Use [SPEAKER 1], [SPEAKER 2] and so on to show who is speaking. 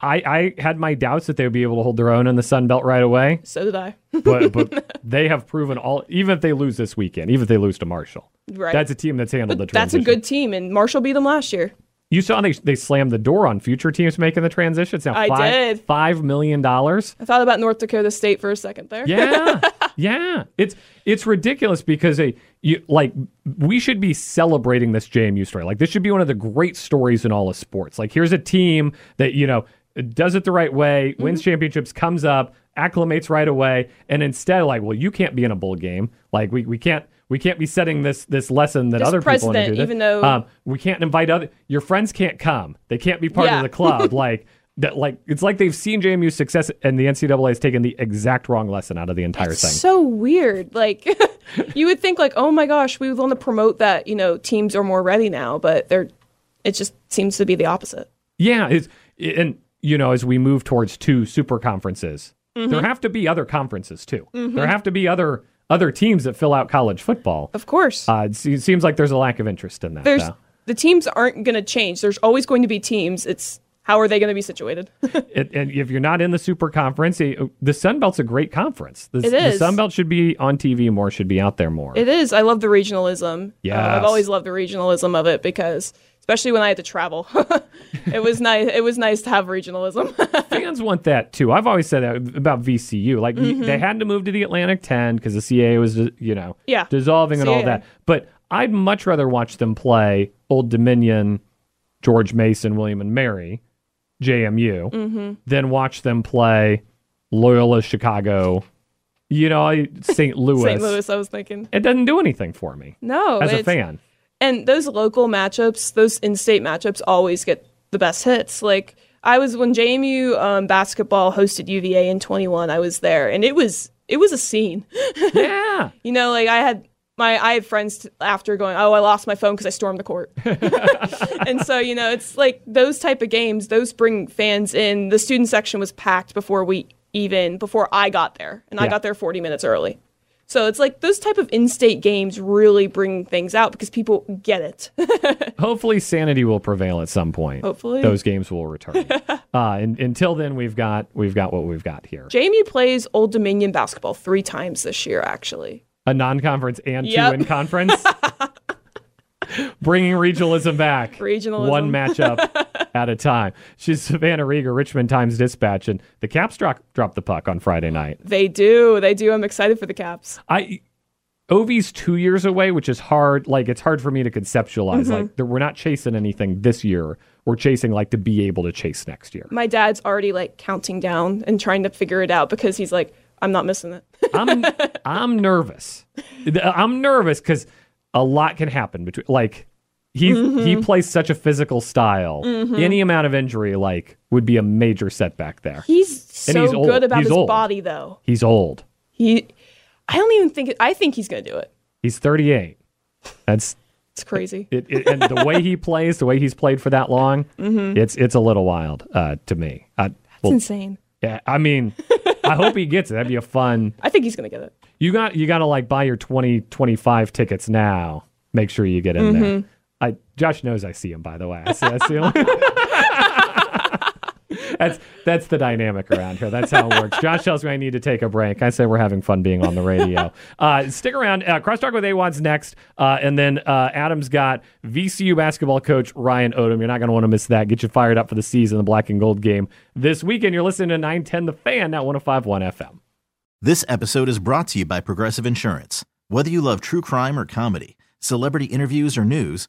[SPEAKER 1] I, I had my doubts that they would be able to hold their own in the Sun Belt right away.
[SPEAKER 2] So did I.
[SPEAKER 1] but but they have proven all. Even if they lose this weekend, even if they lose to Marshall,
[SPEAKER 2] Right.
[SPEAKER 1] That's a team that's handled the
[SPEAKER 2] That's a
[SPEAKER 1] transition.
[SPEAKER 2] good team and Marshall beat them last year.
[SPEAKER 1] You saw they they slammed the door on future teams making the transition. It's now
[SPEAKER 2] I
[SPEAKER 1] five,
[SPEAKER 2] did.
[SPEAKER 1] five million dollars.
[SPEAKER 2] I thought about North Dakota State for a second there.
[SPEAKER 1] Yeah, yeah. It's it's ridiculous because they you like we should be celebrating this JMU story. Like this should be one of the great stories in all of sports. Like here's a team that you know does it the right way,
[SPEAKER 2] Mm-hmm.
[SPEAKER 1] wins championships, comes up, acclimates right away, and instead like, well, you can't be in a bowl game. Like we we can't. We can't be setting this this lesson that
[SPEAKER 2] This
[SPEAKER 1] other people want to
[SPEAKER 2] precedent,
[SPEAKER 1] do. this.
[SPEAKER 2] even though-
[SPEAKER 1] um, we can't invite other your friends can't come, they can't be part
[SPEAKER 2] Yeah.
[SPEAKER 1] of the club. like that, like it's like they've seen JMU's success, and the NCAA has taken the exact wrong lesson out of the entire thing.
[SPEAKER 2] so weird. Like you would think like, oh my gosh, we would want to promote that, you know, teams are more ready now, but they're it just seems to be the opposite.
[SPEAKER 1] Yeah, it's and you know as we move towards two super conferences,
[SPEAKER 2] Mm-hmm.
[SPEAKER 1] there have to be other conferences too. There have to be other other teams that fill out college football.
[SPEAKER 2] Of course.
[SPEAKER 1] Uh, it se- it seems like there's a lack of interest in that.
[SPEAKER 2] There's
[SPEAKER 1] though.
[SPEAKER 2] the teams aren't gonna change. There's always going to be teams. It's How are they going to be situated?
[SPEAKER 1] it, and if you're not in the super conference, it- the Sun Belt's a great conference. The,
[SPEAKER 2] It
[SPEAKER 1] the
[SPEAKER 2] is.
[SPEAKER 1] Sun Belt should be on TV more, should be out there more.
[SPEAKER 2] It is. I love the regionalism. Yeah,
[SPEAKER 1] Yes.
[SPEAKER 2] I've always loved the regionalism of it because, especially when I had to travel, it was nice. It was nice to have regionalism.
[SPEAKER 1] Fans want that too. I've always said that about VCU. Like y-
[SPEAKER 2] Mm-hmm.
[SPEAKER 1] they had to move to the Atlantic 10 because the CAA was, you know,
[SPEAKER 2] Yeah.
[SPEAKER 1] dissolving and all
[SPEAKER 2] CAA.
[SPEAKER 1] that. But I'd much rather watch them play Old Dominion, George Mason, William and Mary, JMU,
[SPEAKER 2] Mm-hmm.
[SPEAKER 1] than watch them play Loyola Chicago. You know, I- St. Louis.
[SPEAKER 2] St. Louis, I was thinking.
[SPEAKER 1] It doesn't do anything for me
[SPEAKER 2] No,
[SPEAKER 1] as a
[SPEAKER 2] it's-
[SPEAKER 1] fan.
[SPEAKER 2] And those local matchups, those in-state matchups, always get the best hits. Like I was when JMU um, basketball hosted UVA in 21. I was there, and it was it was a scene.
[SPEAKER 1] Yeah.
[SPEAKER 2] You know, like I had my I had friends t- after going, "Oh, I lost my phone because I stormed the court." and so, you know, it's like those type of games, those bring fans in. The student section was packed before we even before I got there, and I
[SPEAKER 1] Yeah.
[SPEAKER 2] got there 40 minutes early. So, it's like those type of in-state games really bring things out because people get it.
[SPEAKER 1] Hopefully, sanity will prevail at some point.
[SPEAKER 2] Hopefully.
[SPEAKER 1] those games will return. uh, and until then, we've got we've got what we've got here:
[SPEAKER 2] Jamie plays Old Dominion basketball 3 times this year actually.
[SPEAKER 1] a non-conference and
[SPEAKER 2] Yep.
[SPEAKER 1] two in conference, bringing regionalism back.
[SPEAKER 2] Regionalism.
[SPEAKER 1] one matchup at a time. She's Savannah Rieger, Richmond Times Dispatch, and the Caps drop dropped the puck on Friday night.
[SPEAKER 2] They do. They do. I'm excited for the Caps.
[SPEAKER 1] I Ovi's two years away, which is hard. Like it's hard for me to conceptualize.
[SPEAKER 2] Mm-hmm.
[SPEAKER 1] Like that we're not chasing anything this year. We're chasing like to be able to chase next year.
[SPEAKER 2] My dad's already like counting down and trying to figure it out because he's like I'm not missing it.
[SPEAKER 1] I'm I'm nervous. I'm nervous because a lot can happen between like he he plays such a physical style. Any amount of injury like would be a major setback there.
[SPEAKER 2] He's
[SPEAKER 1] And
[SPEAKER 2] so
[SPEAKER 1] he's old.
[SPEAKER 2] good about
[SPEAKER 1] He's
[SPEAKER 2] his
[SPEAKER 1] old.
[SPEAKER 2] body, though.
[SPEAKER 1] He's old.
[SPEAKER 2] He, I don't even think. I think he's gonna do it.
[SPEAKER 1] He's 38. That's
[SPEAKER 2] It's crazy.
[SPEAKER 1] it, it and the way he plays, the way he's played for that long, it's it's a little wild uh, to me. I,
[SPEAKER 2] It's
[SPEAKER 1] well,
[SPEAKER 2] insane.
[SPEAKER 1] yeah, I mean, I hope he gets it. That'd be a fun.
[SPEAKER 2] I think he's gonna get it.
[SPEAKER 1] You got you got to like buy your 20 25 tickets now. Make sure you get in there. I Josh knows I see him by the way. I see, I see him. that's that's the dynamic around here. That's how it works. Josh tells me I need to take a break. I say we're having fun being on the radio. uh, stick around. Uh, crosstalk with Awad's next, uh, and then uh, Adam's got VCU basketball coach Ryan Odom. You're not going to want to miss that. Get you fired up for the season, the black and gold game this weekend. You're listening to 910 The Fan, now 105.1 FM.
[SPEAKER 3] This episode is brought to you by Progressive Insurance. Whether you love true crime or comedy, celebrity interviews or news,